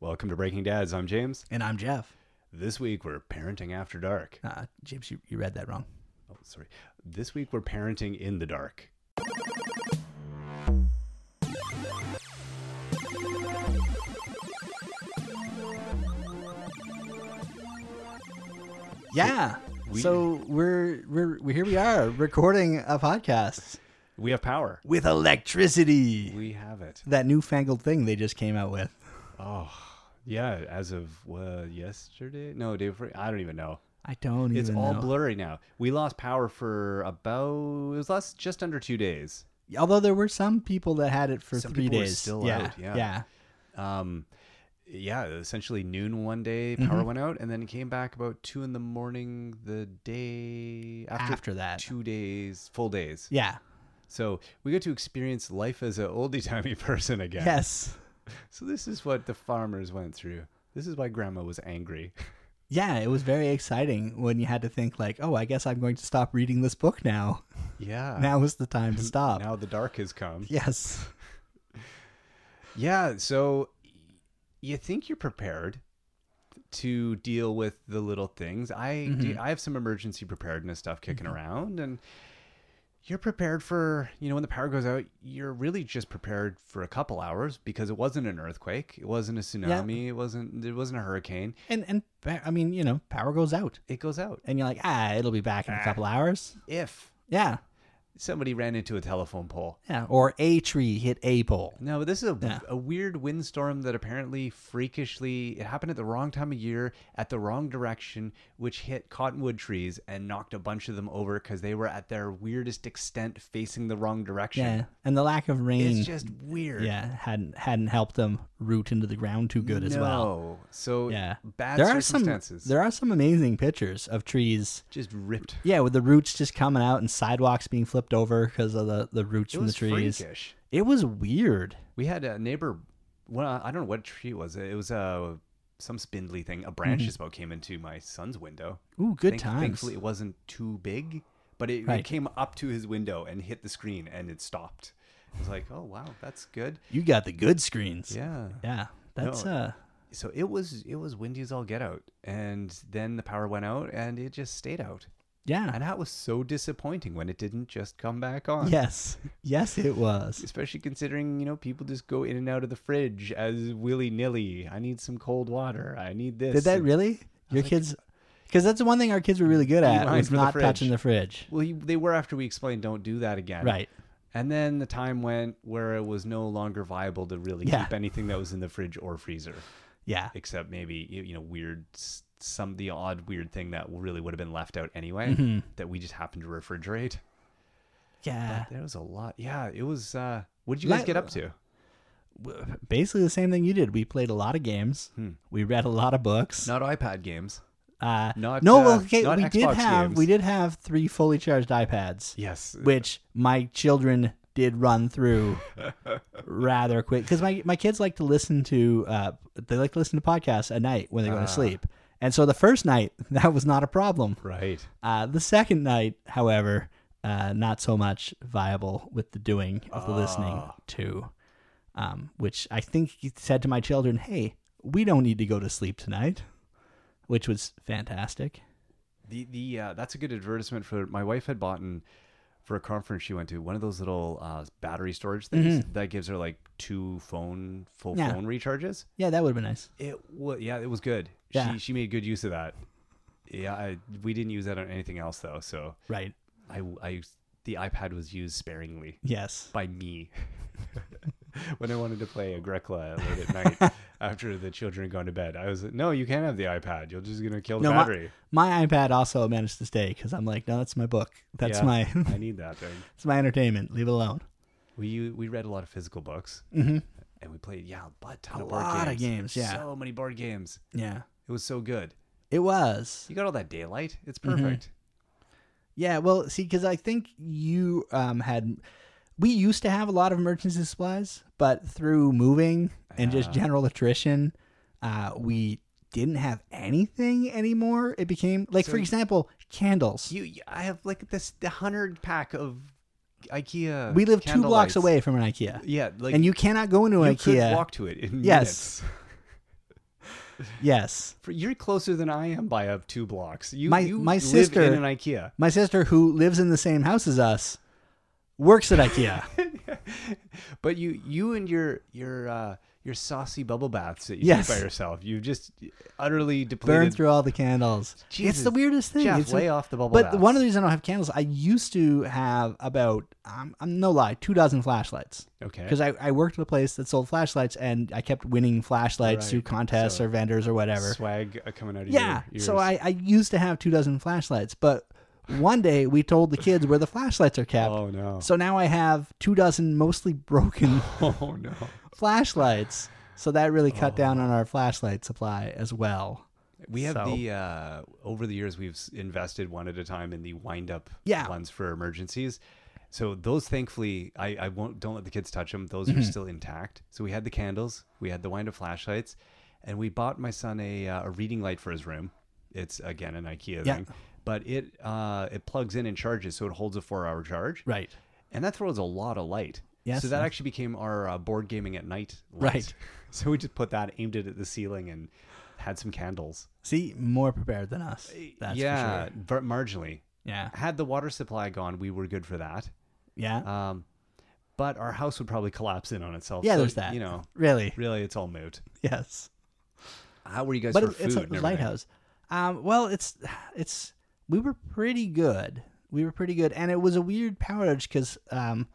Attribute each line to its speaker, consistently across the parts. Speaker 1: Welcome to Breaking Dads. I'm James.
Speaker 2: And I'm Jeff.
Speaker 1: This week we're parenting after dark.
Speaker 2: Uh, James, you, you read that wrong.
Speaker 1: Oh, sorry. This week we're parenting in the dark.
Speaker 2: Yeah.
Speaker 1: we-
Speaker 2: so we're we're we here we are recording a podcast
Speaker 1: We have power.
Speaker 2: with electricity.
Speaker 1: We have it.
Speaker 2: That newfangled thing they just came out with.
Speaker 1: Oh, yeah. As of uh, yesterday? No, day before. I don't even know.
Speaker 2: I don't
Speaker 1: It's
Speaker 2: even
Speaker 1: all
Speaker 2: know.
Speaker 1: blurry now. We lost power for about it was last just under two days.
Speaker 2: Although there were some people that had it for
Speaker 1: Some
Speaker 2: three
Speaker 1: people were
Speaker 2: days.
Speaker 1: still
Speaker 2: yeah,
Speaker 1: out, yeah.
Speaker 2: yeah.
Speaker 1: Um, yeah, essentially noon one day power
Speaker 2: Mm-hmm.
Speaker 1: went out, and then it came back about two in the morning the day after,
Speaker 2: After that.
Speaker 1: two days full days.
Speaker 2: Yeah.
Speaker 1: So we get to experience life as an oldie timey person again.
Speaker 2: Yes.
Speaker 1: So this is what the farmers went through. This is why grandma was angry.
Speaker 2: Yeah, it was very exciting when you had to think like, oh, I guess I'm going to stop reading this book now.
Speaker 1: Yeah.
Speaker 2: Now is the time to stop.
Speaker 1: now the dark has come.
Speaker 2: Yes.
Speaker 1: Yeah, so y- you think you're prepared to deal with the little things. I
Speaker 2: Mm-hmm.
Speaker 1: do- I have some emergency preparedness stuff kicking around and you're prepared for, you know, when the power goes out, you're really just prepared for a couple hours because it wasn't an earthquake, it wasn't a tsunami, it wasn't it wasn't a hurricane.
Speaker 2: And and I mean, you know, power goes out.
Speaker 1: It goes out.
Speaker 2: and you're like, ah, it'll be back in a couple hours.
Speaker 1: If
Speaker 2: Yeah,
Speaker 1: somebody ran into a telephone pole.
Speaker 2: yeah. Or a tree hit a pole.
Speaker 1: No, but this is a,
Speaker 2: Yeah.
Speaker 1: a weird windstorm that apparently freakishly it happened at the wrong time of year, at the wrong direction, which hit cottonwood trees and knocked a bunch of them over because they were at their weirdest extent facing the wrong direction.
Speaker 2: Yeah, and the lack of rain.
Speaker 1: It's just weird.
Speaker 2: yeah, hadn't hadn't helped them root into the ground too good as well.
Speaker 1: No. So
Speaker 2: Yeah,
Speaker 1: bad
Speaker 2: there are some
Speaker 1: circumstances.
Speaker 2: there are some amazing pictures of trees.
Speaker 1: just ripped.
Speaker 2: Yeah, with the roots just coming out and sidewalks being flipped over because of the the roots
Speaker 1: It
Speaker 2: from
Speaker 1: was
Speaker 2: the trees.
Speaker 1: freakish.
Speaker 2: It was weird.
Speaker 1: We had a neighbor. Well, I don't know what tree it was. It was uh, some spindly thing. A
Speaker 2: Mm-hmm.
Speaker 1: branch just about came into my son's window.
Speaker 2: Ooh, good
Speaker 1: Thank-
Speaker 2: times.
Speaker 1: Thankfully, it wasn't too big, but it, it
Speaker 2: Right.
Speaker 1: came up to his window and hit the screen, and it stopped. I was like, "Oh wow, that's good."
Speaker 2: You got the good screens.
Speaker 1: Yeah.
Speaker 2: yeah. That's
Speaker 1: No.
Speaker 2: uh.
Speaker 1: So it was it was windy as all get out, and then the power went out, and it just stayed out,
Speaker 2: Yeah.
Speaker 1: and that was so disappointing when it didn't just come back on.
Speaker 2: Yes. Yes, it was.
Speaker 1: Especially considering, you know, people just go in and out of the fridge as willy nilly. I need some cold water. I need this.
Speaker 2: Did that
Speaker 1: and-
Speaker 2: really? Your kids? Because that's the one thing our kids were really good at
Speaker 1: Beeline
Speaker 2: was
Speaker 1: for the
Speaker 2: not
Speaker 1: fridge.
Speaker 2: touching the fridge.
Speaker 1: Well, you- they were after we explained don't do that again.
Speaker 2: Right.
Speaker 1: And then the time went where it was no longer viable to really
Speaker 2: Yeah.
Speaker 1: keep anything that was in the fridge or freezer,
Speaker 2: Yeah.
Speaker 1: except maybe you you know weird s- some the odd weird thing that really would have been left out anyway that we just happened to refrigerate.
Speaker 2: Mm-hmm. Yeah.
Speaker 1: There was a lot. Yeah, it was. uh What did you guys
Speaker 2: Let-
Speaker 1: get up to?
Speaker 2: W- Basically the same thing you did. We played a lot of games.
Speaker 1: Hmm.
Speaker 2: We read a lot of books.
Speaker 1: Not iPad games.
Speaker 2: uh,
Speaker 1: not,
Speaker 2: no.
Speaker 1: uh,
Speaker 2: well, okay,
Speaker 1: not
Speaker 2: we did
Speaker 1: Xbox
Speaker 2: have
Speaker 1: games.
Speaker 2: we did have three fully charged iPads,
Speaker 1: Yes.
Speaker 2: which my children did run through rather quick because my my kids like to listen to uh, they like to listen to podcasts at night when they go
Speaker 1: Uh-huh.
Speaker 2: to sleep. And so the first night that was not a problem.
Speaker 1: Right.
Speaker 2: Uh, the second night, however, uh, not so much viable with the doing of the listening too, um, which I think he said to my children, "Hey, we don't need to go to sleep tonight," which was fantastic.
Speaker 1: The the uh, that's a good advertisement for my wife had bought in for a conference she went to one of those little uh, battery storage things that gives her like two phone full
Speaker 2: Mm-hmm. Yeah.
Speaker 1: phone recharges.
Speaker 2: Yeah, that would have been nice.
Speaker 1: It was yeah, it was good.
Speaker 2: Yeah.
Speaker 1: She she made good use of that. Yeah, I, we didn't use that on anything else though. So
Speaker 2: Right?
Speaker 1: I I the iPad was used sparingly
Speaker 2: Yes.
Speaker 1: by me when I wanted to play Agricola late at night after the children had gone to bed. I was like, no, you can't have the iPad. You're just gonna kill the
Speaker 2: No, my-
Speaker 1: battery.
Speaker 2: My iPad also managed to stay because I'm like, no, that's my book. That's
Speaker 1: Yeah,
Speaker 2: my
Speaker 1: I need that thing.
Speaker 2: that's my entertainment. Leave it alone.
Speaker 1: We we read a lot of physical books, and we played yeah, a butt ton
Speaker 2: Mm-hmm. A
Speaker 1: of board
Speaker 2: lot of
Speaker 1: games.
Speaker 2: games, yeah.
Speaker 1: so many board games.
Speaker 2: Yeah.
Speaker 1: It was so good.
Speaker 2: It was.
Speaker 1: You got all that daylight. It's
Speaker 2: Mm-hmm.
Speaker 1: perfect.
Speaker 2: Yeah, well, see, because I think you um, had, we used to have a lot of emergency supplies, but through moving and just general attrition, uh, we didn't have anything anymore. It became like, for example, candles.
Speaker 1: You, you- I have like this the hundred pack of IKEA.
Speaker 2: we live two
Speaker 1: candle
Speaker 2: blocks
Speaker 1: lights.
Speaker 2: away from an IKEA,
Speaker 1: Yeah, like
Speaker 2: and you cannot go into
Speaker 1: you
Speaker 2: IKEA.
Speaker 1: could walk to it in minutes.
Speaker 2: Yes. Yes.
Speaker 1: For, you're closer than I am by up two blocks. You,
Speaker 2: My-
Speaker 1: you
Speaker 2: my
Speaker 1: live
Speaker 2: sister-
Speaker 1: in an IKEA.
Speaker 2: My sister, who lives in the same house as us, works at IKEA.
Speaker 1: But you you and your your uh, your saucy bubble baths that you
Speaker 2: Yes.
Speaker 1: take by yourself. You've just utterly depleted.
Speaker 2: Burn through all the candles. It's
Speaker 1: Jesus.
Speaker 2: the weirdest thing.
Speaker 1: Jeff,
Speaker 2: It's-
Speaker 1: lay off the bubble
Speaker 2: but
Speaker 1: baths.
Speaker 2: one of the reasons I don't have candles, I used to have about, um, I'm no lie, two dozen flashlights.
Speaker 1: okay.
Speaker 2: Because I, I worked at a place that sold flashlights and I kept winning flashlights
Speaker 1: Right.
Speaker 2: through contests
Speaker 1: So-
Speaker 2: or vendors or whatever.
Speaker 1: swag uh, coming out of
Speaker 2: Yeah.
Speaker 1: your ears.
Speaker 2: So I, I used to have two dozen flashlights, but one day we told the kids where the flashlights are kept.
Speaker 1: Oh no.
Speaker 2: So now I have two dozen mostly broken
Speaker 1: Oh no.
Speaker 2: flashlights. So that really
Speaker 1: Oh.
Speaker 2: cut down on our flashlight supply as well.
Speaker 1: We have
Speaker 2: So-
Speaker 1: the uh, over the years we've s- invested one at a time in the wind up
Speaker 2: Yeah.
Speaker 1: ones for emergencies. So those, thankfully, I, I won't don't let the kids touch them. Those are still intact. So we had the candles, we had the wind up flashlights, and we bought my son a uh, a reading light for his room. It's again an IKEA
Speaker 2: Yeah.
Speaker 1: thing, but it uh, it plugs in and charges, so it holds a four hour charge.
Speaker 2: Right.
Speaker 1: and that throws a lot of light.
Speaker 2: Yes,
Speaker 1: So that
Speaker 2: yes.
Speaker 1: actually became our uh, board gaming at night. Light.
Speaker 2: Right.
Speaker 1: So we just put that, aimed it at the ceiling, and had some candles.
Speaker 2: See, more prepared than us. That's
Speaker 1: Eh, yeah, Uh,
Speaker 2: for sure.
Speaker 1: ver- marginally.
Speaker 2: Yeah.
Speaker 1: Had the water supply gone, we were good for that.
Speaker 2: Yeah.
Speaker 1: Um, but our house would probably collapse in on itself.
Speaker 2: yeah,
Speaker 1: so,
Speaker 2: there's that.
Speaker 1: You know,
Speaker 2: Really.
Speaker 1: really, it's all moot.
Speaker 2: Yes.
Speaker 1: How were you guys
Speaker 2: but
Speaker 1: for
Speaker 2: it-
Speaker 1: food?
Speaker 2: it's a
Speaker 1: and everything?
Speaker 2: lighthouse. Um, well, it's it's we were pretty good. We were pretty good, and it was a weird power outage because um,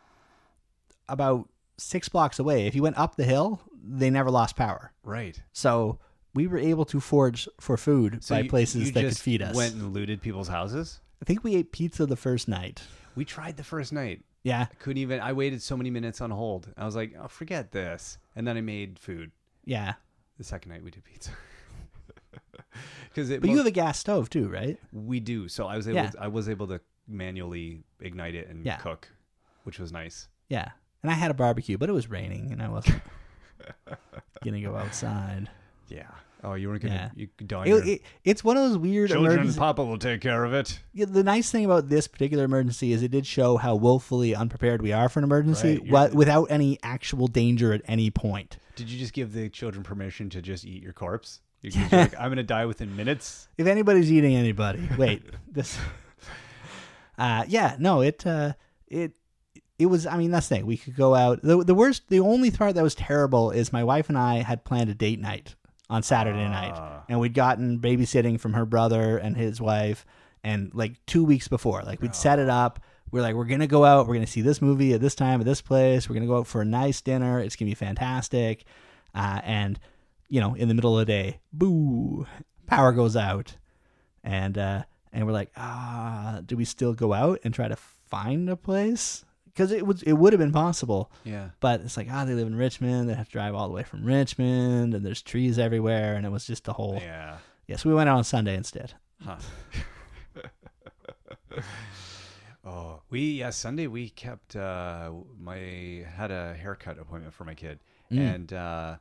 Speaker 2: about six blocks away, if you went up the hill, they never lost power.
Speaker 1: Right.
Speaker 2: So we were able to forage for food
Speaker 1: So
Speaker 2: by
Speaker 1: you-
Speaker 2: places
Speaker 1: you
Speaker 2: that could
Speaker 1: just
Speaker 2: feed us.
Speaker 1: Went and looted people's houses.
Speaker 2: I think we ate pizza the first night.
Speaker 1: We tried the first night.
Speaker 2: Yeah,
Speaker 1: I couldn't even. I waited so many minutes on hold. I was like, oh, forget this. And then I made food.
Speaker 2: yeah.
Speaker 1: The second night we did pizza. Because it,
Speaker 2: But you
Speaker 1: most-
Speaker 2: have a gas stove too, right?
Speaker 1: we do. So I was able,
Speaker 2: Yeah.
Speaker 1: I was able to manually ignite it and
Speaker 2: Yeah.
Speaker 1: cook, which was nice.
Speaker 2: Yeah. And I had a barbecue, but it was raining, and I wasn't gonna go outside.
Speaker 1: Yeah. Oh, you weren't gonna you don
Speaker 2: It,
Speaker 1: your
Speaker 2: it- it's one of those weird
Speaker 1: children.
Speaker 2: emergency.
Speaker 1: Papa will take care of it.
Speaker 2: Yeah, the nice thing about this particular emergency is it did show how woefully unprepared we are for an emergency
Speaker 1: Right, you're-
Speaker 2: wha- without any actual danger at any point.
Speaker 1: Did you just give the children permission to just eat your corpse? You can just be like, I'm gonna die within minutes.
Speaker 2: If anybody's eating anybody, wait, this. Uh, yeah, no, it, uh, it, it was. I mean, that's the thing. We could go out. the The worst, the only part that was terrible is my wife and I had planned a date night on Saturday night,
Speaker 1: Ah.
Speaker 2: and we'd gotten babysitting from her brother and his wife, and like two weeks before, like we'd set it up. We're like, we're gonna go out. We're gonna see this movie at this time at this place. We're gonna go out for a nice dinner. It's gonna be fantastic. Uh, and you know, in the middle of the day, boo, power goes out, and uh, and we're like, ah, do we still go out and try to find a place? Because it was it would have been possible,
Speaker 1: Yeah.
Speaker 2: but it's like ah, they live in Richmond. They have to drive all the way from Richmond, and there's trees everywhere, and it was just a whole. Yes,
Speaker 1: Yeah.
Speaker 2: we went out on Sunday instead.
Speaker 1: Huh. oh, we yeah Sunday we kept uh my had a haircut appointment for my kid, and uh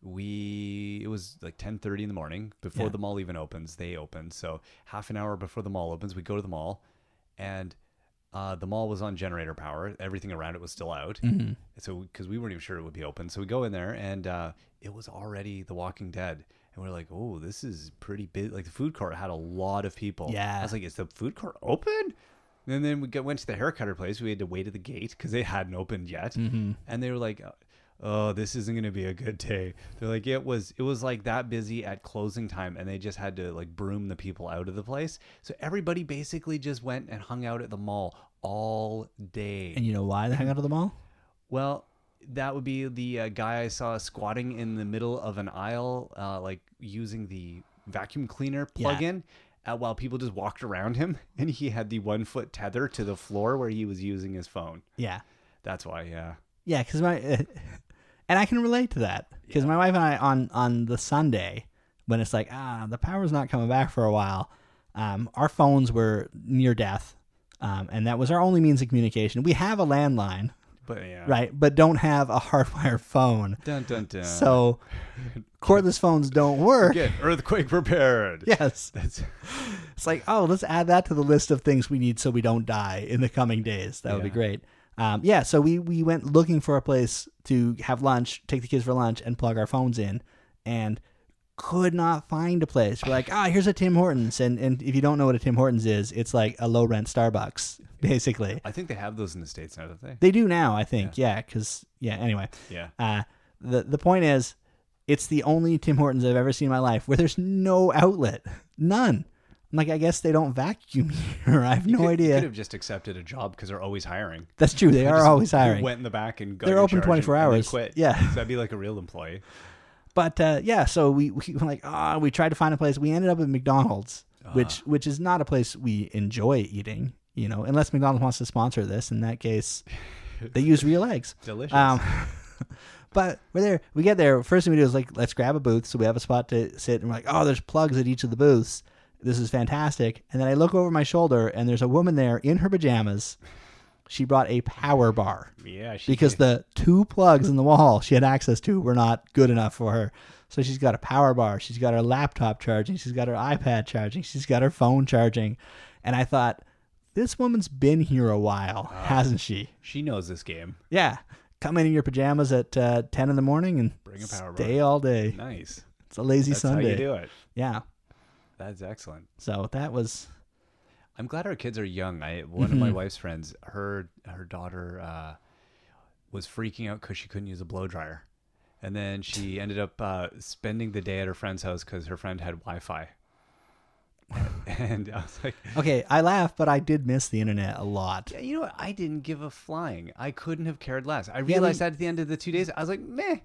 Speaker 1: we it was like ten thirty in the morning before
Speaker 2: Yeah.
Speaker 1: the mall even opens. They open so half an hour before the mall opens, we go to the mall, and uh the mall was on generator power. Everything around it was still out,
Speaker 2: Mhm.
Speaker 1: so because we weren't even sure it would be open, so we go in there and uh, it was already The Walking Dead, and we're like, oh, this is pretty big. Like the food court had a lot of people.
Speaker 2: Yeah.
Speaker 1: I was like, is the food court open? And then we got, went to the haircutter place. We had to wait at the gate because they hadn't opened yet, and they were like, oh, this isn't going to be a good day. They're like, it was it was like that busy at closing time, and they just had to like broom the people out of the place. So everybody basically just went and hung out at the mall all day.
Speaker 2: And you know why they hung out of the mall?
Speaker 1: Well, that would be the uh, guy I saw squatting in the middle of an aisle, uh, like using the vacuum cleaner
Speaker 2: Yeah.
Speaker 1: plug-in, uh, while people just walked around him, and he had the one-foot tether to the floor where he was using his phone.
Speaker 2: Yeah,
Speaker 1: That's why, yeah.
Speaker 2: Yeah, because my and I can relate to that because my wife and I on on the Sunday when it's like ah the power's not coming back for a while, um, our phones were near death, um, and that was our only means of communication. We have a landline,
Speaker 1: But yeah,
Speaker 2: right, but don't have a hardwire phone,
Speaker 1: Dun dun dun.
Speaker 2: so cordless phones don't work.
Speaker 1: get earthquake prepared.
Speaker 2: Yes,
Speaker 1: That's,
Speaker 2: it's like oh let's add that to the list of things we need so we don't die in the coming days. That would be
Speaker 1: Yeah.
Speaker 2: great. Um, yeah, so we we went looking for a place to have lunch, take the kids for lunch, and plug our phones in. And could not find a place. We're like, ah, here's a Tim Hortons, and and if you don't know what a Tim Hortons is, it's like a low rent Starbucks, basically.
Speaker 1: I think they have those in the states now, don't they?
Speaker 2: They do now, I think, yeah, because yeah, Anyway,
Speaker 1: Yeah.
Speaker 2: uh, the the point is, it's the only Tim Hortons I've ever seen in my life where there's no outlet, none. I'm like, I guess they don't vacuum here. I have no
Speaker 1: Could-
Speaker 2: idea.
Speaker 1: Could have just accepted a job because they're always hiring.
Speaker 2: That's true. They are
Speaker 1: Just
Speaker 2: always hiring.
Speaker 1: Went in the back and got
Speaker 2: They're
Speaker 1: in
Speaker 2: open
Speaker 1: charge
Speaker 2: 24
Speaker 1: and- and they
Speaker 2: hours.
Speaker 1: quit.
Speaker 2: Yeah.
Speaker 1: So that'd be like a real employee.
Speaker 2: But uh, yeah, so we, we were like, ah, we tried to find a place. We ended up at McDonald's, which which is not a place we enjoy eating, you know, unless McDonald's wants to sponsor this. In that case, they use real eggs.
Speaker 1: Delicious.
Speaker 2: Um, but we're there. We get there. First thing we do is like, let's grab a booth. So we have a spot to sit. And we're like, oh, there's plugs at each of the booths. This is fantastic. And then I look over my shoulder, and there's a woman there in her pajamas. She brought a power bar
Speaker 1: yeah. She
Speaker 2: because the two plugs in the wall she had access to were not good enough for her. So she's got a power bar, she's got her laptop charging, she's got her iPad charging, she's got her phone charging. And I thought, this woman's been here a while,
Speaker 1: Ah.
Speaker 2: hasn't she?
Speaker 1: she knows this game.
Speaker 2: Yeah. Come in in your pajamas at uh, 10 in the morning and
Speaker 1: Bring a power bar.
Speaker 2: stay all day.
Speaker 1: Nice.
Speaker 2: It's a lazy
Speaker 1: That's
Speaker 2: Sunday.
Speaker 1: how you do it.
Speaker 2: Yeah.
Speaker 1: That's excellent.
Speaker 2: So that was,
Speaker 1: I'm glad our kids are young. I one of
Speaker 2: Mm-hmm.
Speaker 1: my wife's friends, her her daughter uh, was freaking out because she couldn't use a blow dryer, and then she ended up uh, spending the day at her friend's house because her friend had Wi-Fi. and I was like,
Speaker 2: okay, I laugh, but I did miss the internet a lot.
Speaker 1: you know what? I didn't give a flying. I couldn't have cared less. I
Speaker 2: but-
Speaker 1: realized that at the end of the two days, I was like, meh.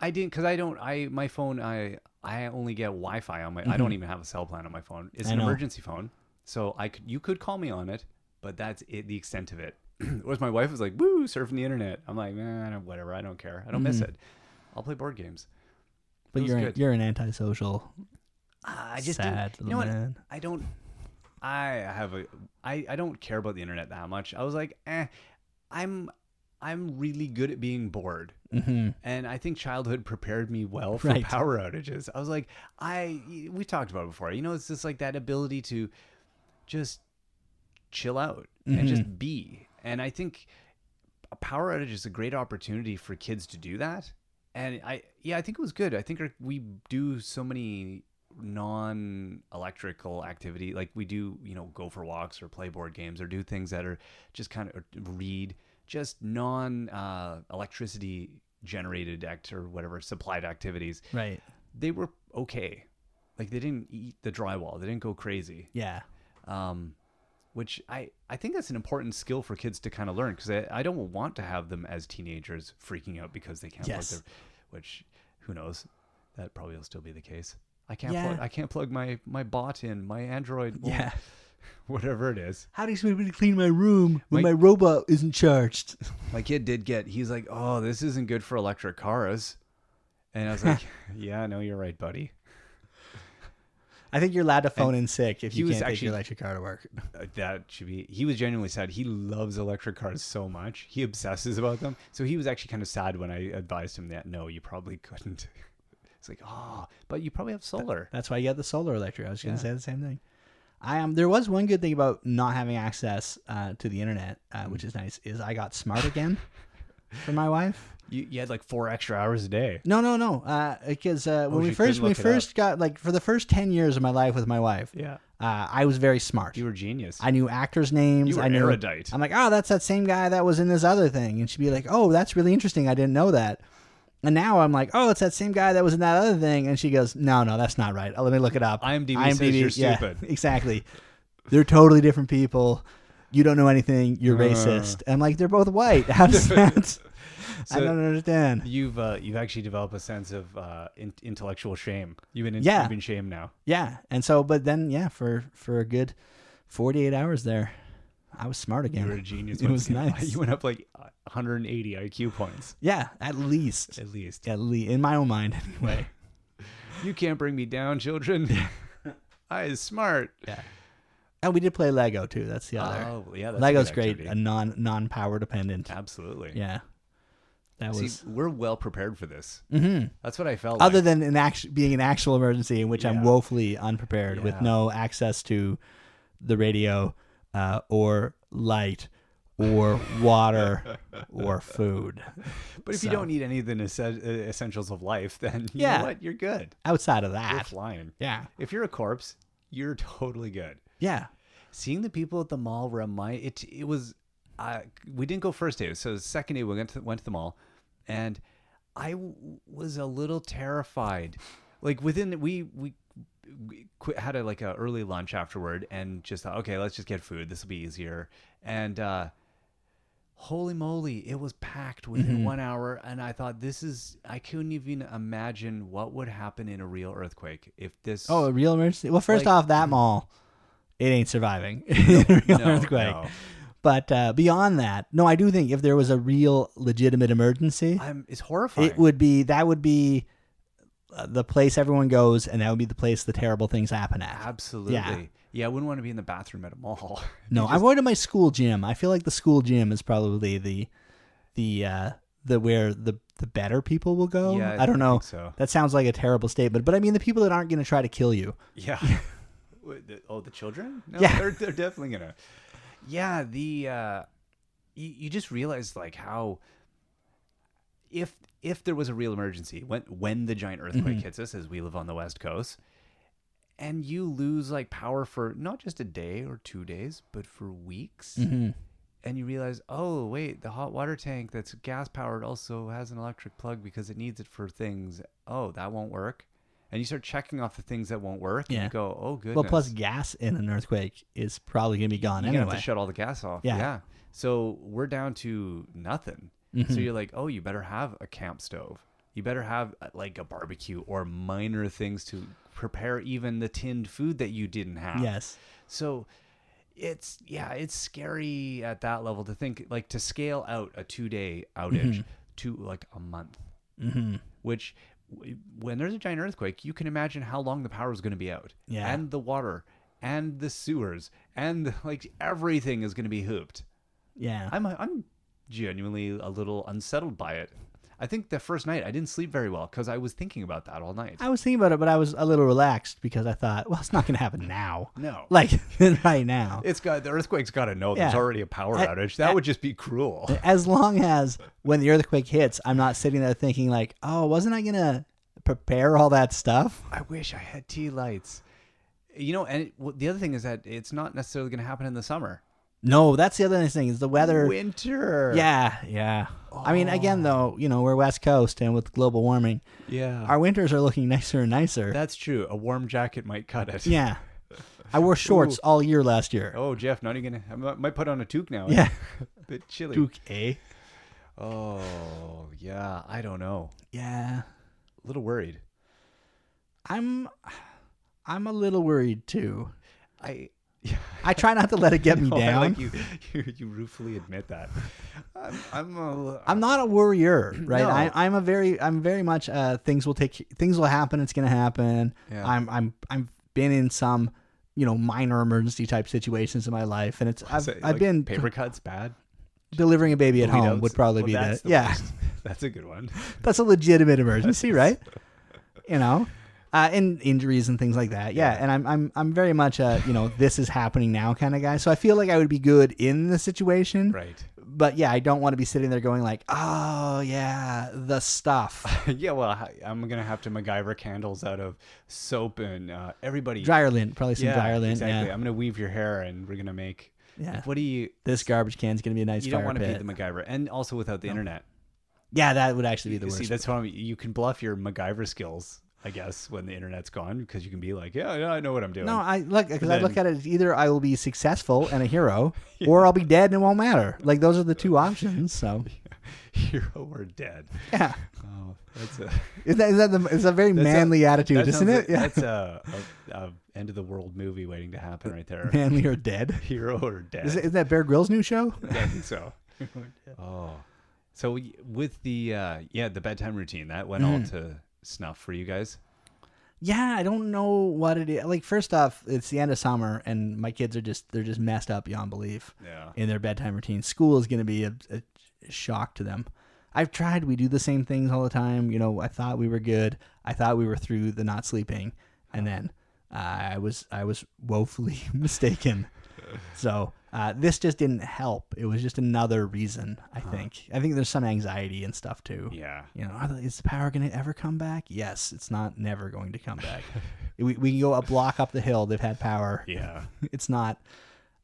Speaker 1: I didn't because I don't. I my phone. I I only get Wi-Fi on my. I don't even have a cell plan on my phone. It's
Speaker 2: I
Speaker 1: an
Speaker 2: know.
Speaker 1: emergency phone, so I could. You could call me on it, but that's it. The extent of it. Whereas my wife was like, "Woo, surfing the internet." I'm like, "Man, whatever. I don't care. I don't miss it. I'll play board games."
Speaker 2: But
Speaker 1: was
Speaker 2: you're
Speaker 1: good.
Speaker 2: you're an antisocial.
Speaker 1: Ah, I just
Speaker 2: Sad
Speaker 1: didn't, you know what?
Speaker 2: man.
Speaker 1: I don't. I have a. I I don't care about the internet that much. I was like, eh, I'm I'm really good at being bored,
Speaker 2: hmm
Speaker 1: and I think childhood prepared me well for
Speaker 2: Right.
Speaker 1: power outages. I was like, I we talked about it before. You know, it's just like that ability to just chill out and just be. And I think a power outage is a great opportunity for kids to do that. And I, yeah, I think it was good. I think our, we do so many non-electrical activity, like we do, you know, go for walks or play board games or do things that are just kind of or read, just non-electricity generated act or whatever supplied activities.
Speaker 2: Right.
Speaker 1: They were okay. Like they didn't eat the drywall. They didn't go crazy
Speaker 2: Yeah.
Speaker 1: um, which I, I think that's an important skill for kids to kind of learn because I, I don't want to have them as teenagers freaking out because they can't
Speaker 2: Yes.
Speaker 1: plug their, which who knows, that probably will still be the case. I can't
Speaker 2: Yeah.
Speaker 1: plug, I can't plug my my bot in my Android won't-
Speaker 2: Yeah.
Speaker 1: whatever it is.
Speaker 2: How do you expect me to clean my room when
Speaker 1: My-
Speaker 2: my robot isn't charged?
Speaker 1: My kid did get he's like oh this isn't good for electric cars, and I was like yeah no you're right buddy.
Speaker 2: I think you're allowed to phone in sick if
Speaker 1: he
Speaker 2: you
Speaker 1: was
Speaker 2: can't take
Speaker 1: actually-
Speaker 2: your electric car to work.
Speaker 1: Uh, that should be he was genuinely sad he loves electric cars so much he obsesses about them so he was actually kind of sad when i advised him that no you probably couldn't it's like oh but you probably have solar
Speaker 2: That's why you got the solar electric. I was going
Speaker 1: Yeah.
Speaker 2: to say the same thing. I um, there was one good thing about not having access uh, to the internet, uh, which is nice. Is I got smart again for my wife.
Speaker 1: you, you had like four extra hours a day
Speaker 2: No, no, no. Uh, because uh, when
Speaker 1: Oh, she couldn't
Speaker 2: we first when we
Speaker 1: look it up.
Speaker 2: first got like for the first ten years of my life with my wife,
Speaker 1: yeah
Speaker 2: uh, I was very smart.
Speaker 1: you were genius
Speaker 2: I knew actors' names.
Speaker 1: You were
Speaker 2: I knew,
Speaker 1: erudite.
Speaker 2: I'm like, oh, that's that same guy that was in this other thing, and she'd be like, oh, that's really interesting. I didn't know that. And now I'm like, oh, it's that same guy that was in that other thing, and she goes, no, no, that's not right. Let me look it up.
Speaker 1: IMDb says you're
Speaker 2: yeah,
Speaker 1: stupid.
Speaker 2: exactly. They're totally different people. You don't know anything. You're
Speaker 1: Uh.
Speaker 2: racist. And I'm like, they're both white. How does that? I
Speaker 1: So-
Speaker 2: don't understand.
Speaker 1: you've uh, you've actually developed a sense of uh, in- intellectual shame you've been in,
Speaker 2: Yeah.
Speaker 1: you've been shamed now
Speaker 2: Yeah, and so, but then, yeah, for for a good 48 hours there, I was smart again.
Speaker 1: you were a genius
Speaker 2: It
Speaker 1: once
Speaker 2: was
Speaker 1: again.
Speaker 2: nice.
Speaker 1: you went up like 180 iq points
Speaker 2: Yeah, at least.
Speaker 1: at least
Speaker 2: At least in my own mind, anyway.
Speaker 1: you can't bring me down children i is smart yeah
Speaker 2: and we did play Lego too. That's the other.
Speaker 1: Oh, yeah, that's a
Speaker 2: Lego's
Speaker 1: good
Speaker 2: great.
Speaker 1: activity.
Speaker 2: A non non power dependent.
Speaker 1: Absolutely.
Speaker 2: Yeah, that was.
Speaker 1: See, we're well prepared for this.
Speaker 2: hmm
Speaker 1: That's what I felt.
Speaker 2: Other
Speaker 1: like.
Speaker 2: than an act- being an actual emergency in which
Speaker 1: Yeah.
Speaker 2: I'm woefully unprepared with
Speaker 1: Yeah.
Speaker 2: no access to the radio uh, or light or water or food.
Speaker 1: But if you
Speaker 2: So-
Speaker 1: don't need any of the nece- uh, essentials of life, then you
Speaker 2: Yeah.
Speaker 1: know what? You're good.
Speaker 2: Outside of
Speaker 1: You're
Speaker 2: that,
Speaker 1: flying.
Speaker 2: yeah,
Speaker 1: If you're a corpse, you're totally good.
Speaker 2: yeah,
Speaker 1: Seeing the people at the mall remind it. It was, uh, we didn't go first day. So the second day we went to went to the mall, and I w- was a little terrified. Like within we we. we Quit, had a like a early lunch afterward and just thought okay let's just get food this will be easier and uh holy moly it was packed within
Speaker 2: Mm-hmm.
Speaker 1: one hour and i thought this is i couldn't even imagine what would happen in a real earthquake if this
Speaker 2: Oh, a real emergency. Well, first
Speaker 1: Like- mm.
Speaker 2: off, that mall, it ain't surviving real
Speaker 1: no,
Speaker 2: earthquake.
Speaker 1: no.
Speaker 2: But uh, beyond that, no, I do think if there was a real legitimate emergency,
Speaker 1: I'm, it's horrifying
Speaker 2: it would be that would be uh, the place everyone goes, and that would be the place the terrible things happen at.
Speaker 1: Absolutely. Yeah. I wouldn't want to be in the bathroom at a mall.
Speaker 2: No, I'm going to my school gym. I feel like the school gym is probably the the uh, the where the the better people will go.
Speaker 1: Yeah, I
Speaker 2: I don't know.
Speaker 1: think so.
Speaker 2: That sounds like a terrible statement, but I mean the people that aren't going to try to kill you.
Speaker 1: yeah. Wait, the- oh, the children? No,
Speaker 2: Yeah.
Speaker 1: They're, they're definitely going to. Yeah. The, uh, you, you just realize like how, if, if there was a real emergency, when, when the giant earthquake
Speaker 2: Mm-hmm.
Speaker 1: hits us as we live on the West coast and you lose like power for not just a day or two days, but for weeks.
Speaker 2: Mm-hmm.
Speaker 1: and you realize, oh wait, the hot water tank that's gas powered also has an electric plug because it needs it for things. Oh, that won't work. And you start checking off the things that won't work, and
Speaker 2: Yeah.
Speaker 1: you go, oh goodness.
Speaker 2: Well, plus gas in an earthquake is probably going to be gone
Speaker 1: you're gonna have
Speaker 2: anyway.
Speaker 1: to shut all the gas off.
Speaker 2: Yeah.
Speaker 1: So we're down to nothing.
Speaker 2: Mm-hmm.
Speaker 1: So you're like, oh, you better have a camp stove. You better have uh, like a barbecue or minor things to prepare even the tinned food that you didn't have.
Speaker 2: Yes.
Speaker 1: So it's yeah, it's scary at that level to think like to scale out a two day
Speaker 2: Mm-hmm.
Speaker 1: outage to like a month,
Speaker 2: hmm
Speaker 1: which w- when there's a giant earthquake, you can imagine how long the power is going to be out,
Speaker 2: Yeah.
Speaker 1: and the water, and the sewers, and like everything is going to be hooped.
Speaker 2: Yeah.
Speaker 1: I'm I'm genuinely a little unsettled by it. I think the first night I didn't sleep very well because I was thinking about that all night.
Speaker 2: I was thinking about it, but I was a little relaxed because I thought, well, it's not going to happen now.
Speaker 1: No.
Speaker 2: Like right now.
Speaker 1: It's got the earthquake's got to know there's
Speaker 2: Yeah.
Speaker 1: already a power
Speaker 2: I-
Speaker 1: outage. That would just be cruel.
Speaker 2: As long as when the earthquake hits, I'm not sitting there thinking like, oh, wasn't I going to prepare all that stuff?
Speaker 1: I wish I had tea lights. You know, and it, well, the other thing is that it's not necessarily going to happen in the summer.
Speaker 2: No, that's the other nice thing is the weather.
Speaker 1: Winter.
Speaker 2: Yeah, yeah. I mean, again, though, you know, we're West Coast and with global warming,
Speaker 1: Yeah.
Speaker 2: our winters are looking nicer and nicer.
Speaker 1: That's true. A warm jacket might cut it.
Speaker 2: yeah. I wore shorts all year last year.
Speaker 1: Oh, Jeff, not even gonna. I mi- might put on a toque now.
Speaker 2: Yeah.
Speaker 1: a bit chilly.
Speaker 2: Duke A.
Speaker 1: Oh, yeah. I don't know.
Speaker 2: Yeah.
Speaker 1: A little worried.
Speaker 2: I'm I'm a little worried too.
Speaker 1: I. Yeah.
Speaker 2: I try not to let it get me
Speaker 1: Oh, I
Speaker 2: down.
Speaker 1: like you, you. You ruefully admit that. I'm. I'm a,
Speaker 2: I'm not a worrier, right?
Speaker 1: No.
Speaker 2: I, I'm a very, I'm very much. Uh, things will take, things will happen. It's gonna happen.
Speaker 1: Yeah.
Speaker 2: I'm, I'm, I've been in some, you know, minor emergency type situations in my life, and it's, I've,
Speaker 1: so,
Speaker 2: I've
Speaker 1: like,
Speaker 2: been
Speaker 1: paper cuts bad.
Speaker 2: delivering a baby at home
Speaker 1: Bleed-outs?
Speaker 2: would probably
Speaker 1: Well,
Speaker 2: be
Speaker 1: that's
Speaker 2: that.
Speaker 1: the
Speaker 2: yeah,
Speaker 1: worst. That's a good one.
Speaker 2: that's a legitimate emergency, right? You know, uh, and injuries and things like that. Yeah, and I'm, I'm, I'm very much a, you know, this is happening now kind of guy. So I feel like I would be good in the situation,
Speaker 1: Right.
Speaker 2: but yeah, I don't want to be sitting there going like, oh yeah, the stuff.
Speaker 1: Yeah, well, I- I'm gonna have to MacGyver candles out of soap and uh, everybody.
Speaker 2: dryer lint, probably some
Speaker 1: yeah,
Speaker 2: dryer lint.
Speaker 1: exactly.
Speaker 2: Yeah,
Speaker 1: I'm gonna weave your hair, and we're gonna make.
Speaker 2: yeah.
Speaker 1: What do you?
Speaker 2: This garbage can's gonna be a nice
Speaker 1: You
Speaker 2: fire
Speaker 1: don't want to be
Speaker 2: pit.
Speaker 1: the MacGyver, and also without the internet.
Speaker 2: yeah, that would actually be the
Speaker 1: You
Speaker 2: worst.
Speaker 1: see, that's why you can bluff your MacGyver skills, I guess, when the internet's gone, because you can be like, yeah, yeah, I know what I'm doing.
Speaker 2: no, I look because I look
Speaker 1: then-
Speaker 2: at it as either I will be successful and a hero, or I'll be dead and it won't matter. Like those are the two options. So
Speaker 1: Hero or dead.
Speaker 2: yeah,
Speaker 1: Oh, that's a
Speaker 2: is that, is that the, it's a very manly attitude,
Speaker 1: that
Speaker 2: isn't
Speaker 1: sounds like-
Speaker 2: it? yeah,
Speaker 1: That's a, a, a end of the world movie waiting to happen right there.
Speaker 2: manly or dead.
Speaker 1: Hero or dead.
Speaker 2: Is, isn't that Bear Grylls' new show?
Speaker 1: I think so. oh, so we- with the uh, yeah the bedtime routine that went all
Speaker 2: Mm-hmm.
Speaker 1: to snuff for you guys.
Speaker 2: Yeah, I don't know what it is. Like first off, it's the end of summer and my kids are just they're just messed up beyond belief.
Speaker 1: Yeah.
Speaker 2: in their bedtime routine. School is going to be a, a shock to them. I've tried. We do the same things all the time. You know, I thought we were good. I thought we were through the not sleeping, and then uh, I was I was woefully mistaken. So uh, this just didn't help. It was just another reason. I think. I think there's some anxiety and stuff too.
Speaker 1: Uh-huh. Yeah.
Speaker 2: You know, are the, is the power going to ever come back? Yes, it's not never going to come back. we we can go a block up the hill. They've had power.
Speaker 1: Yeah.
Speaker 2: It's not.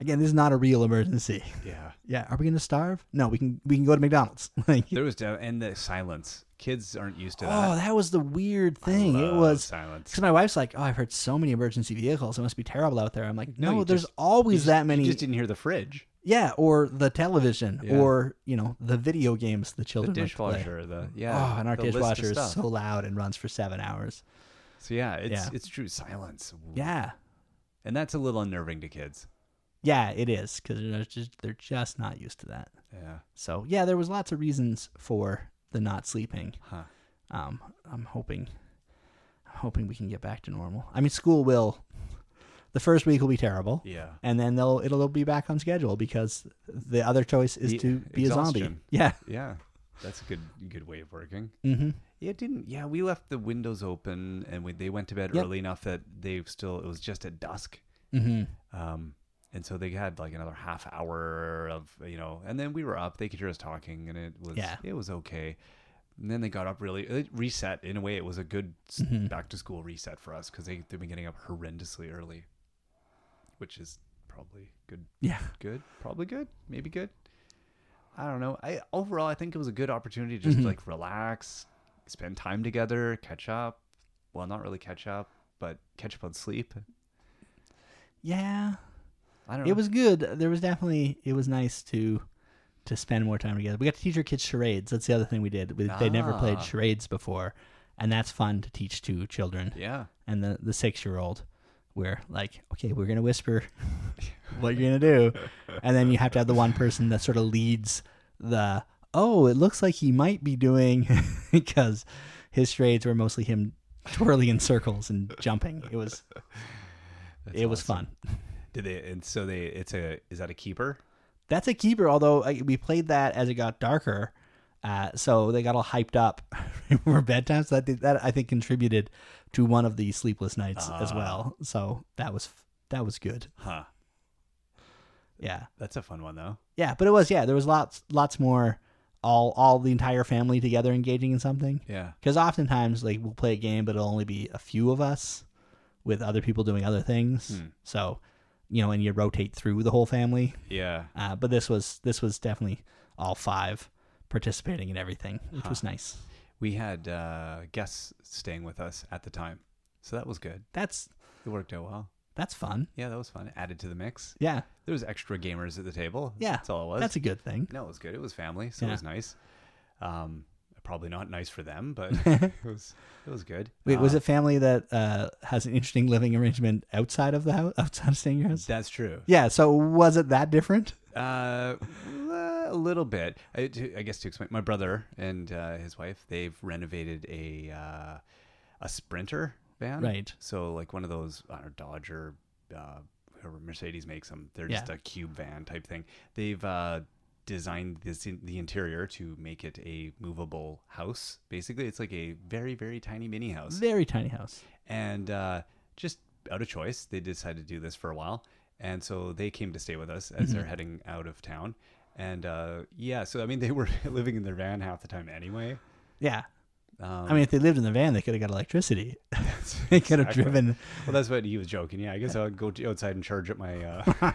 Speaker 2: Again, this is not a real emergency.
Speaker 1: Yeah.
Speaker 2: Yeah, are we going to starve? No, we can we can go to McDonald's. like,
Speaker 1: There was de- and the silence. Kids aren't used to that.
Speaker 2: oh, that was the weird thing. Oh, It
Speaker 1: Love
Speaker 2: was
Speaker 1: silence.
Speaker 2: because my wife's like, "Oh, I've heard so many emergency vehicles. It must be terrible out there." I'm like,
Speaker 1: No,
Speaker 2: "No,
Speaker 1: you
Speaker 2: there's
Speaker 1: just-
Speaker 2: always
Speaker 1: You just-
Speaker 2: that many."
Speaker 1: You just didn't hear the fridge,
Speaker 2: yeah, or the television,
Speaker 1: Yeah.
Speaker 2: or you know, the video games the
Speaker 1: the
Speaker 2: children like to play.
Speaker 1: dishwasher, the yeah.
Speaker 2: oh, and our
Speaker 1: the list of
Speaker 2: dishwasher
Speaker 1: stuff.
Speaker 2: is so loud and runs for seven hours.
Speaker 1: So yeah, it's
Speaker 2: Yeah.
Speaker 1: it's true silence. Ooh.
Speaker 2: Yeah,
Speaker 1: and that's a little unnerving to kids.
Speaker 2: yeah, it is because they're just they're just not used to that.
Speaker 1: Yeah,
Speaker 2: So yeah, there was lots of reasons for the not sleeping.
Speaker 1: Huh.
Speaker 2: Um, I'm hoping, I'm hoping we can get back to normal. I mean, school will. The first week will be terrible,
Speaker 1: yeah.
Speaker 2: and then they'll it'll be back on schedule because the other choice is
Speaker 1: The
Speaker 2: to be a zombie.
Speaker 1: exhaustion.
Speaker 2: Yeah.
Speaker 1: Yeah, that's a good good way of working.
Speaker 2: Mm-hmm.
Speaker 1: Yeah, it didn't. Yeah, we left the windows open, and we, they went to bed
Speaker 2: Yep.
Speaker 1: early enough that they still. It was just at dusk,
Speaker 2: Mm-hmm.
Speaker 1: um, and so they had like another half hour of you know, and then we were up. They could hear us talking, and it was
Speaker 2: Yeah.
Speaker 1: it was okay. And then they got up really it reset in a way. It was a good s
Speaker 2: Mm-hmm.
Speaker 1: back to school reset for us because they they've been getting up horrendously early, which is probably good
Speaker 2: Yeah.
Speaker 1: good, probably good, maybe good. I don't know. I overall, I think it was a good opportunity to just like relax, spend time together, catch up. Well, not really catch up, but catch up on sleep.
Speaker 2: Yeah.
Speaker 1: I don't know.
Speaker 2: It was good. There was definitely it was nice to to spend more time together. We got to teach our kids charades. That's the other thing we did. We, They never played
Speaker 1: Ah.
Speaker 2: charades before, and that's fun to teach to children.
Speaker 1: yeah,
Speaker 2: and the, the six year old where like okay we're gonna whisper what you're gonna do and then you have to have the one person that sort of leads the oh it looks like he might be doing because his charades were mostly him twirling in circles and jumping it was
Speaker 1: That's
Speaker 2: it was
Speaker 1: awesome.
Speaker 2: fun
Speaker 1: Did they? And so they. It's a. Is that a keeper?
Speaker 2: that's a keeper although I, we played that as it got darker uh, so they got all hyped up for bedtime so that did, that i think contributed to one of the sleepless nights as
Speaker 1: Ah.
Speaker 2: well so that was that was good
Speaker 1: Huh.
Speaker 2: yeah
Speaker 1: That's a fun one though.
Speaker 2: Yeah, but it was yeah. There was lots lots more all all the entire family together engaging in something.
Speaker 1: Yeah.
Speaker 2: Because oftentimes like we'll play a game, but it'll only be a few of us with other people doing other things.
Speaker 1: Hmm.
Speaker 2: So you know, and you rotate through the whole family.
Speaker 1: Yeah.
Speaker 2: Uh, but this was this was definitely all five participating in everything, which was nice.
Speaker 1: We had uh, guests staying with us at the time, so that was good.
Speaker 2: That's
Speaker 1: It worked out well.
Speaker 2: that's fun.
Speaker 1: Yeah, that was fun. Added to the mix.
Speaker 2: Yeah,
Speaker 1: There was extra gamers at the table.
Speaker 2: Yeah,
Speaker 1: That's all it was.
Speaker 2: that's a good thing.
Speaker 1: No, it was good. It was family, so
Speaker 2: Yeah.
Speaker 1: it was nice. Um, probably not nice for them, but it was it was good.
Speaker 2: Wait, was
Speaker 1: Uh,
Speaker 2: it family that uh, has an interesting living arrangement outside of the house, outside of staying your house?
Speaker 1: Um, That's true.
Speaker 2: Yeah. So was it that different?
Speaker 1: Uh, a little bit. I, to, I guess to explain, my brother and uh, his wife they've renovated a uh, a Sprinter van,
Speaker 2: Right.
Speaker 1: So like one of those I don't know, Dodger, uh, whoever Mercedes makes them. They're just
Speaker 2: Yeah.
Speaker 1: a cube van type thing. They've uh, designed this in, the interior to make it a movable house. Basically, it's like a very very tiny mini house.
Speaker 2: Very tiny house.
Speaker 1: and uh, just out of choice, they decided to do this for a while, and so they came to stay with us as
Speaker 2: Mm-hmm.
Speaker 1: they're heading out of town. And uh, yeah, so I mean, they were living in their van half the time anyway.
Speaker 2: Yeah.
Speaker 1: Um,
Speaker 2: I mean, if they lived in the van, they could have got electricity. they could have
Speaker 1: exactly.
Speaker 2: driven.
Speaker 1: well, that's what he was joking. Yeah, I guess I'll go to- outside and charge up my uh,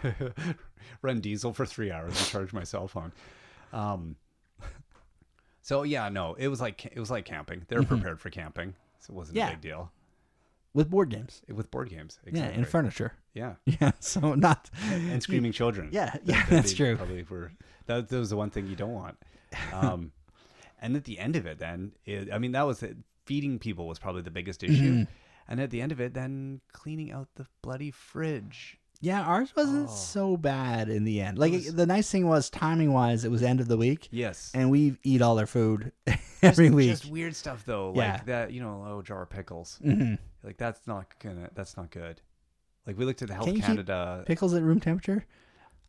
Speaker 1: run diesel for three hours and charge my cell phone. Um, so yeah, no, it was like it was like camping. They're prepared for camping, so it wasn't
Speaker 2: Mm-hmm. Yeah.
Speaker 1: a big deal
Speaker 2: with board games.
Speaker 1: with board games.
Speaker 2: Yeah, and furniture.
Speaker 1: yeah.
Speaker 2: Yeah, so not.
Speaker 1: and screaming children.
Speaker 2: Yeah,
Speaker 1: That-
Speaker 2: yeah,
Speaker 1: that
Speaker 2: that's
Speaker 1: they
Speaker 2: true.
Speaker 1: Probably were that, that was the one thing you don't want. Um, and at the end of it, then it, I mean that was it. feeding people was probably the biggest issue.
Speaker 2: Mm-hmm.
Speaker 1: And at the end of it, then cleaning out the bloody fridge.
Speaker 2: Yeah, ours wasn't
Speaker 1: Oh.
Speaker 2: so bad in the end. Like
Speaker 1: was-
Speaker 2: the nice thing was timing wise, it was end of the week,
Speaker 1: Yes,
Speaker 2: and we eat all our food every week.
Speaker 1: just weird stuff though,
Speaker 2: Yeah.
Speaker 1: like that. You know, oh jar of pickles.
Speaker 2: Mhm.
Speaker 1: Like that's not gonna. That's not good. Like we looked at the Health
Speaker 2: Can you keep
Speaker 1: Canada.
Speaker 2: Pickles at room temperature.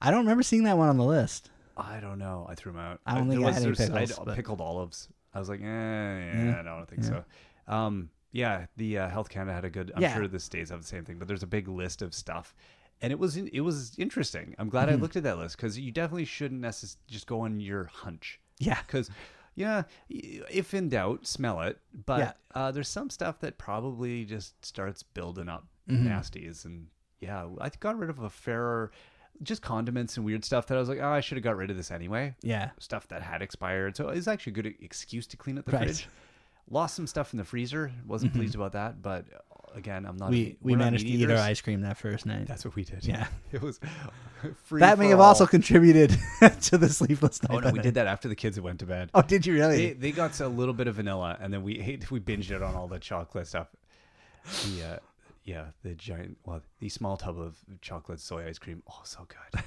Speaker 2: I don't remember seeing that one on the list.
Speaker 1: I don't know. I threw them out.
Speaker 2: I don't think
Speaker 1: there
Speaker 2: I
Speaker 1: was-
Speaker 2: had any
Speaker 1: there was-
Speaker 2: pickles,
Speaker 1: I d-
Speaker 2: but- Mm-hmm.
Speaker 1: pickled olives. I was like, eh, yeah, I don't think
Speaker 2: yeah.
Speaker 1: so. Um, yeah, the uh, Health Canada had a good. I'm
Speaker 2: Yeah.
Speaker 1: sure the states have the same thing, but there's a big list of stuff, and it was it was interesting. I'm glad
Speaker 2: Mm-hmm.
Speaker 1: I looked at that list because you definitely shouldn't necess- just go on your hunch.
Speaker 2: Yeah.
Speaker 1: Because yeah, y- if in doubt, smell it. But
Speaker 2: Yeah.
Speaker 1: uh, there's some stuff that probably just starts building up
Speaker 2: Mm-hmm.
Speaker 1: nasties, and yeah, I got rid of a fairer, just condiments and weird stuff that I was like, oh, I should have got rid of this anyway.
Speaker 2: Yeah.
Speaker 1: Stuff that had expired, so it's actually a good e-, excuse to clean up the
Speaker 2: Right. Mm-hmm.
Speaker 1: fridge. Lost some stuff in the freezer. Wasn't pleased about that, but uh, again, I'm not. a
Speaker 2: We
Speaker 1: meat-
Speaker 2: we
Speaker 1: we're not
Speaker 2: managed to
Speaker 1: meat
Speaker 2: eat our
Speaker 1: eaters.
Speaker 2: ice cream that first night.
Speaker 1: That's what we did.
Speaker 2: Yeah.
Speaker 1: it was free.
Speaker 2: that may
Speaker 1: for
Speaker 2: have also
Speaker 1: all.
Speaker 2: contributed to the sleepless night.
Speaker 1: Oh no, we
Speaker 2: night.
Speaker 1: did that after the kids went to bed.
Speaker 2: Oh, did you really?
Speaker 1: They, they got a little bit of vanilla, and then we ate, we binged it on all the chocolate stuff. The uh, yeah, the giant, well, the small tub of chocolate soy ice cream. Oh, so good.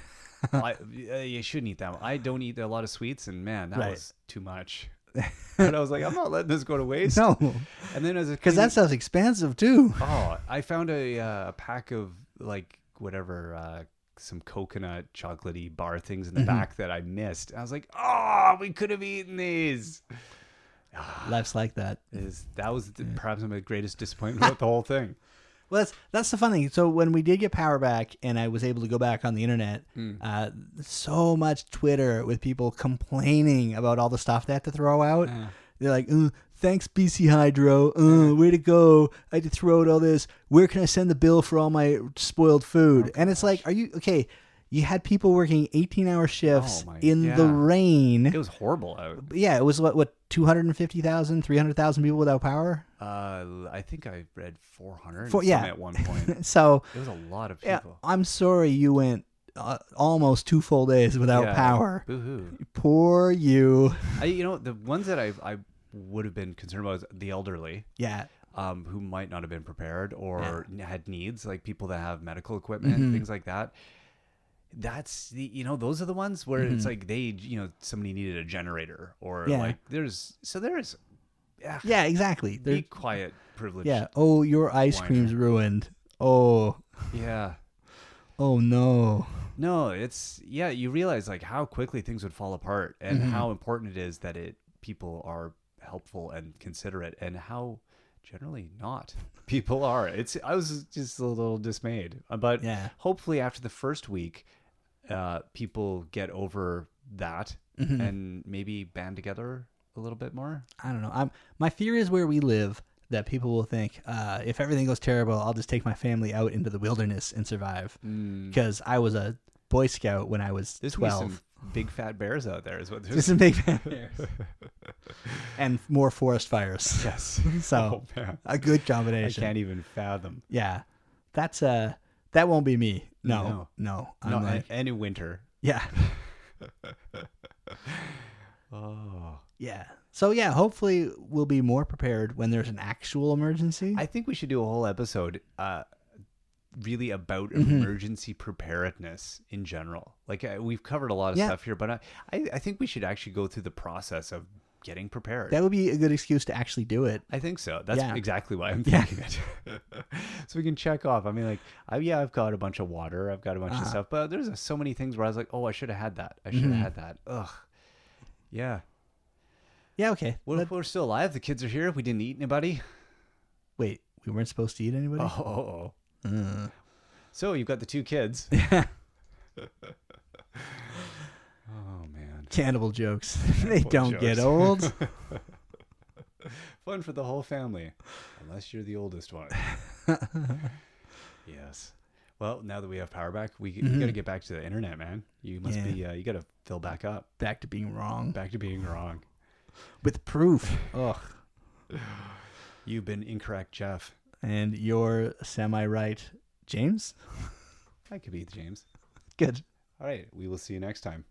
Speaker 1: I, uh, you shouldn't eat that. One. I don't eat a lot of sweets, and man, that
Speaker 2: Right.
Speaker 1: was too much. But I was like, I'm not letting this go to waste.
Speaker 2: no,
Speaker 1: And then as a
Speaker 2: because that stuff's expensive too.
Speaker 1: Oh, I found a uh, a pack of like whatever uh, some coconut chocolatey bar things
Speaker 2: Mm-hmm.
Speaker 1: in the back that I missed. I was like, oh, we could have eaten these.
Speaker 2: Life's like that.
Speaker 1: Is that was the, perhaps my greatest disappointment about the whole thing.
Speaker 2: Well, that's that's the fun thing. So when we did get power back, and I was able to go back on the internet,
Speaker 1: Hmm.
Speaker 2: uh, so much Twitter with people complaining about all the stuff they had to throw out. They're like, "Uh, "Thanks, BC Hydro. Uh, way to go! I had to throw out all this. Where can I send the bill for all my spoiled food?"
Speaker 1: Oh,
Speaker 2: and it's like, "Are you okay?" You had people working eighteen-hour shifts
Speaker 1: Oh, my-
Speaker 2: in the
Speaker 1: yeah.
Speaker 2: rain.
Speaker 1: It was horrible out.
Speaker 2: yeah, it was what what 250,000, 300,000 people without power.
Speaker 1: Uh, I think I read 400
Speaker 2: Four-
Speaker 1: some
Speaker 2: yeah.
Speaker 1: at one point.
Speaker 2: So
Speaker 1: It was a lot of
Speaker 2: yeah,
Speaker 1: people.
Speaker 2: I'm sorry you went uh, almost two full days without
Speaker 1: Yeah.
Speaker 2: power.
Speaker 1: Boo-hoo.
Speaker 2: Poor you.
Speaker 1: I, you know, the ones that I, I would have been concerned about is the elderly.
Speaker 2: Yeah.
Speaker 1: um, who might not have been prepared or n had needs, like people that have medical equipment,
Speaker 2: Mm-hmm.
Speaker 1: things like that. That's the you know those are the ones where it's like they you know somebody needed a generator or
Speaker 2: Mm-hmm. Yeah.
Speaker 1: like there's so there's ah,
Speaker 2: Yeah, exactly. There-
Speaker 1: be quiet privilege
Speaker 2: yeah. Oh, your ice
Speaker 1: Whiner.
Speaker 2: cream's ruined. Oh.
Speaker 1: yeah
Speaker 2: Oh no.
Speaker 1: no it's yeah you realize like how quickly things would fall apart and
Speaker 2: Mm-hmm.
Speaker 1: how important it is that it people are helpful and considerate and how generally not people are it's i was just a little dismayed Uh, but
Speaker 2: Yeah.
Speaker 1: hopefully after the first week uh people get over that
Speaker 2: Mm-hmm.
Speaker 1: and maybe band together a little bit more
Speaker 2: I don't know. I'm my fear is where we live that people will think uh, if everything goes terrible, I'll just take my family out into the wilderness and survive.
Speaker 1: Mm.
Speaker 2: Because I was a Boy Scout when I was
Speaker 1: Hmm. there's gonna be
Speaker 2: twelve.
Speaker 1: some big fat bears out there is what
Speaker 2: Just
Speaker 1: there's
Speaker 2: some big and more forest fires.
Speaker 1: yes
Speaker 2: So
Speaker 1: oh man
Speaker 2: a good
Speaker 1: i
Speaker 2: combination.
Speaker 1: can't even fathom
Speaker 2: Yeah, that's uh that won't be me. No, no,
Speaker 1: No.
Speaker 2: I'm
Speaker 1: no
Speaker 2: like,
Speaker 1: and in winter
Speaker 2: yeah,
Speaker 1: oh
Speaker 2: yeah. So yeah, hopefully we'll be more prepared when there's an actual emergency.
Speaker 1: I think we should do a whole episode uh, really about
Speaker 2: Mm-hmm.
Speaker 1: emergency preparedness in general. Like uh, we've covered a lot of
Speaker 2: Yeah.
Speaker 1: stuff here, but I, I, I think we should actually go through the process of getting prepared.
Speaker 2: that would be a good excuse to actually do it.
Speaker 1: I think so. That's
Speaker 2: Yeah.
Speaker 1: exactly why I'm
Speaker 2: Yeah.
Speaker 1: thinking it. so we can check off. I mean, like, I, yeah, I've got a bunch of water. I've got a bunch
Speaker 2: Uh-huh.
Speaker 1: of stuff, but there's uh, so many things where I was like, oh, I should have had that. I should have
Speaker 2: Mm-hmm.
Speaker 1: had that. Ugh. Yeah.
Speaker 2: Yeah. Okay.
Speaker 1: Well, if we're still alive. The kids are here. We didn't eat anybody.
Speaker 2: Wait, we weren't supposed to eat anybody.
Speaker 1: Oh, oh, oh. So you've got the two kids. oh man,
Speaker 2: Cannibal jokes. they don't get
Speaker 1: jokes.
Speaker 2: old.
Speaker 1: fun for the whole family, unless you're the oldest one. yes. Well, now that we have power back, we, we got to get back to the internet, man. You must
Speaker 2: Yeah.
Speaker 1: be. Uh, you got to fill back up.
Speaker 2: Back to being wrong
Speaker 1: Back to being wrong.
Speaker 2: with proof. Ugh.
Speaker 1: You've been incorrect, Jeff.
Speaker 2: And you're semi right, James.
Speaker 1: I could be James.
Speaker 2: Good.
Speaker 1: All right. We will see you next time.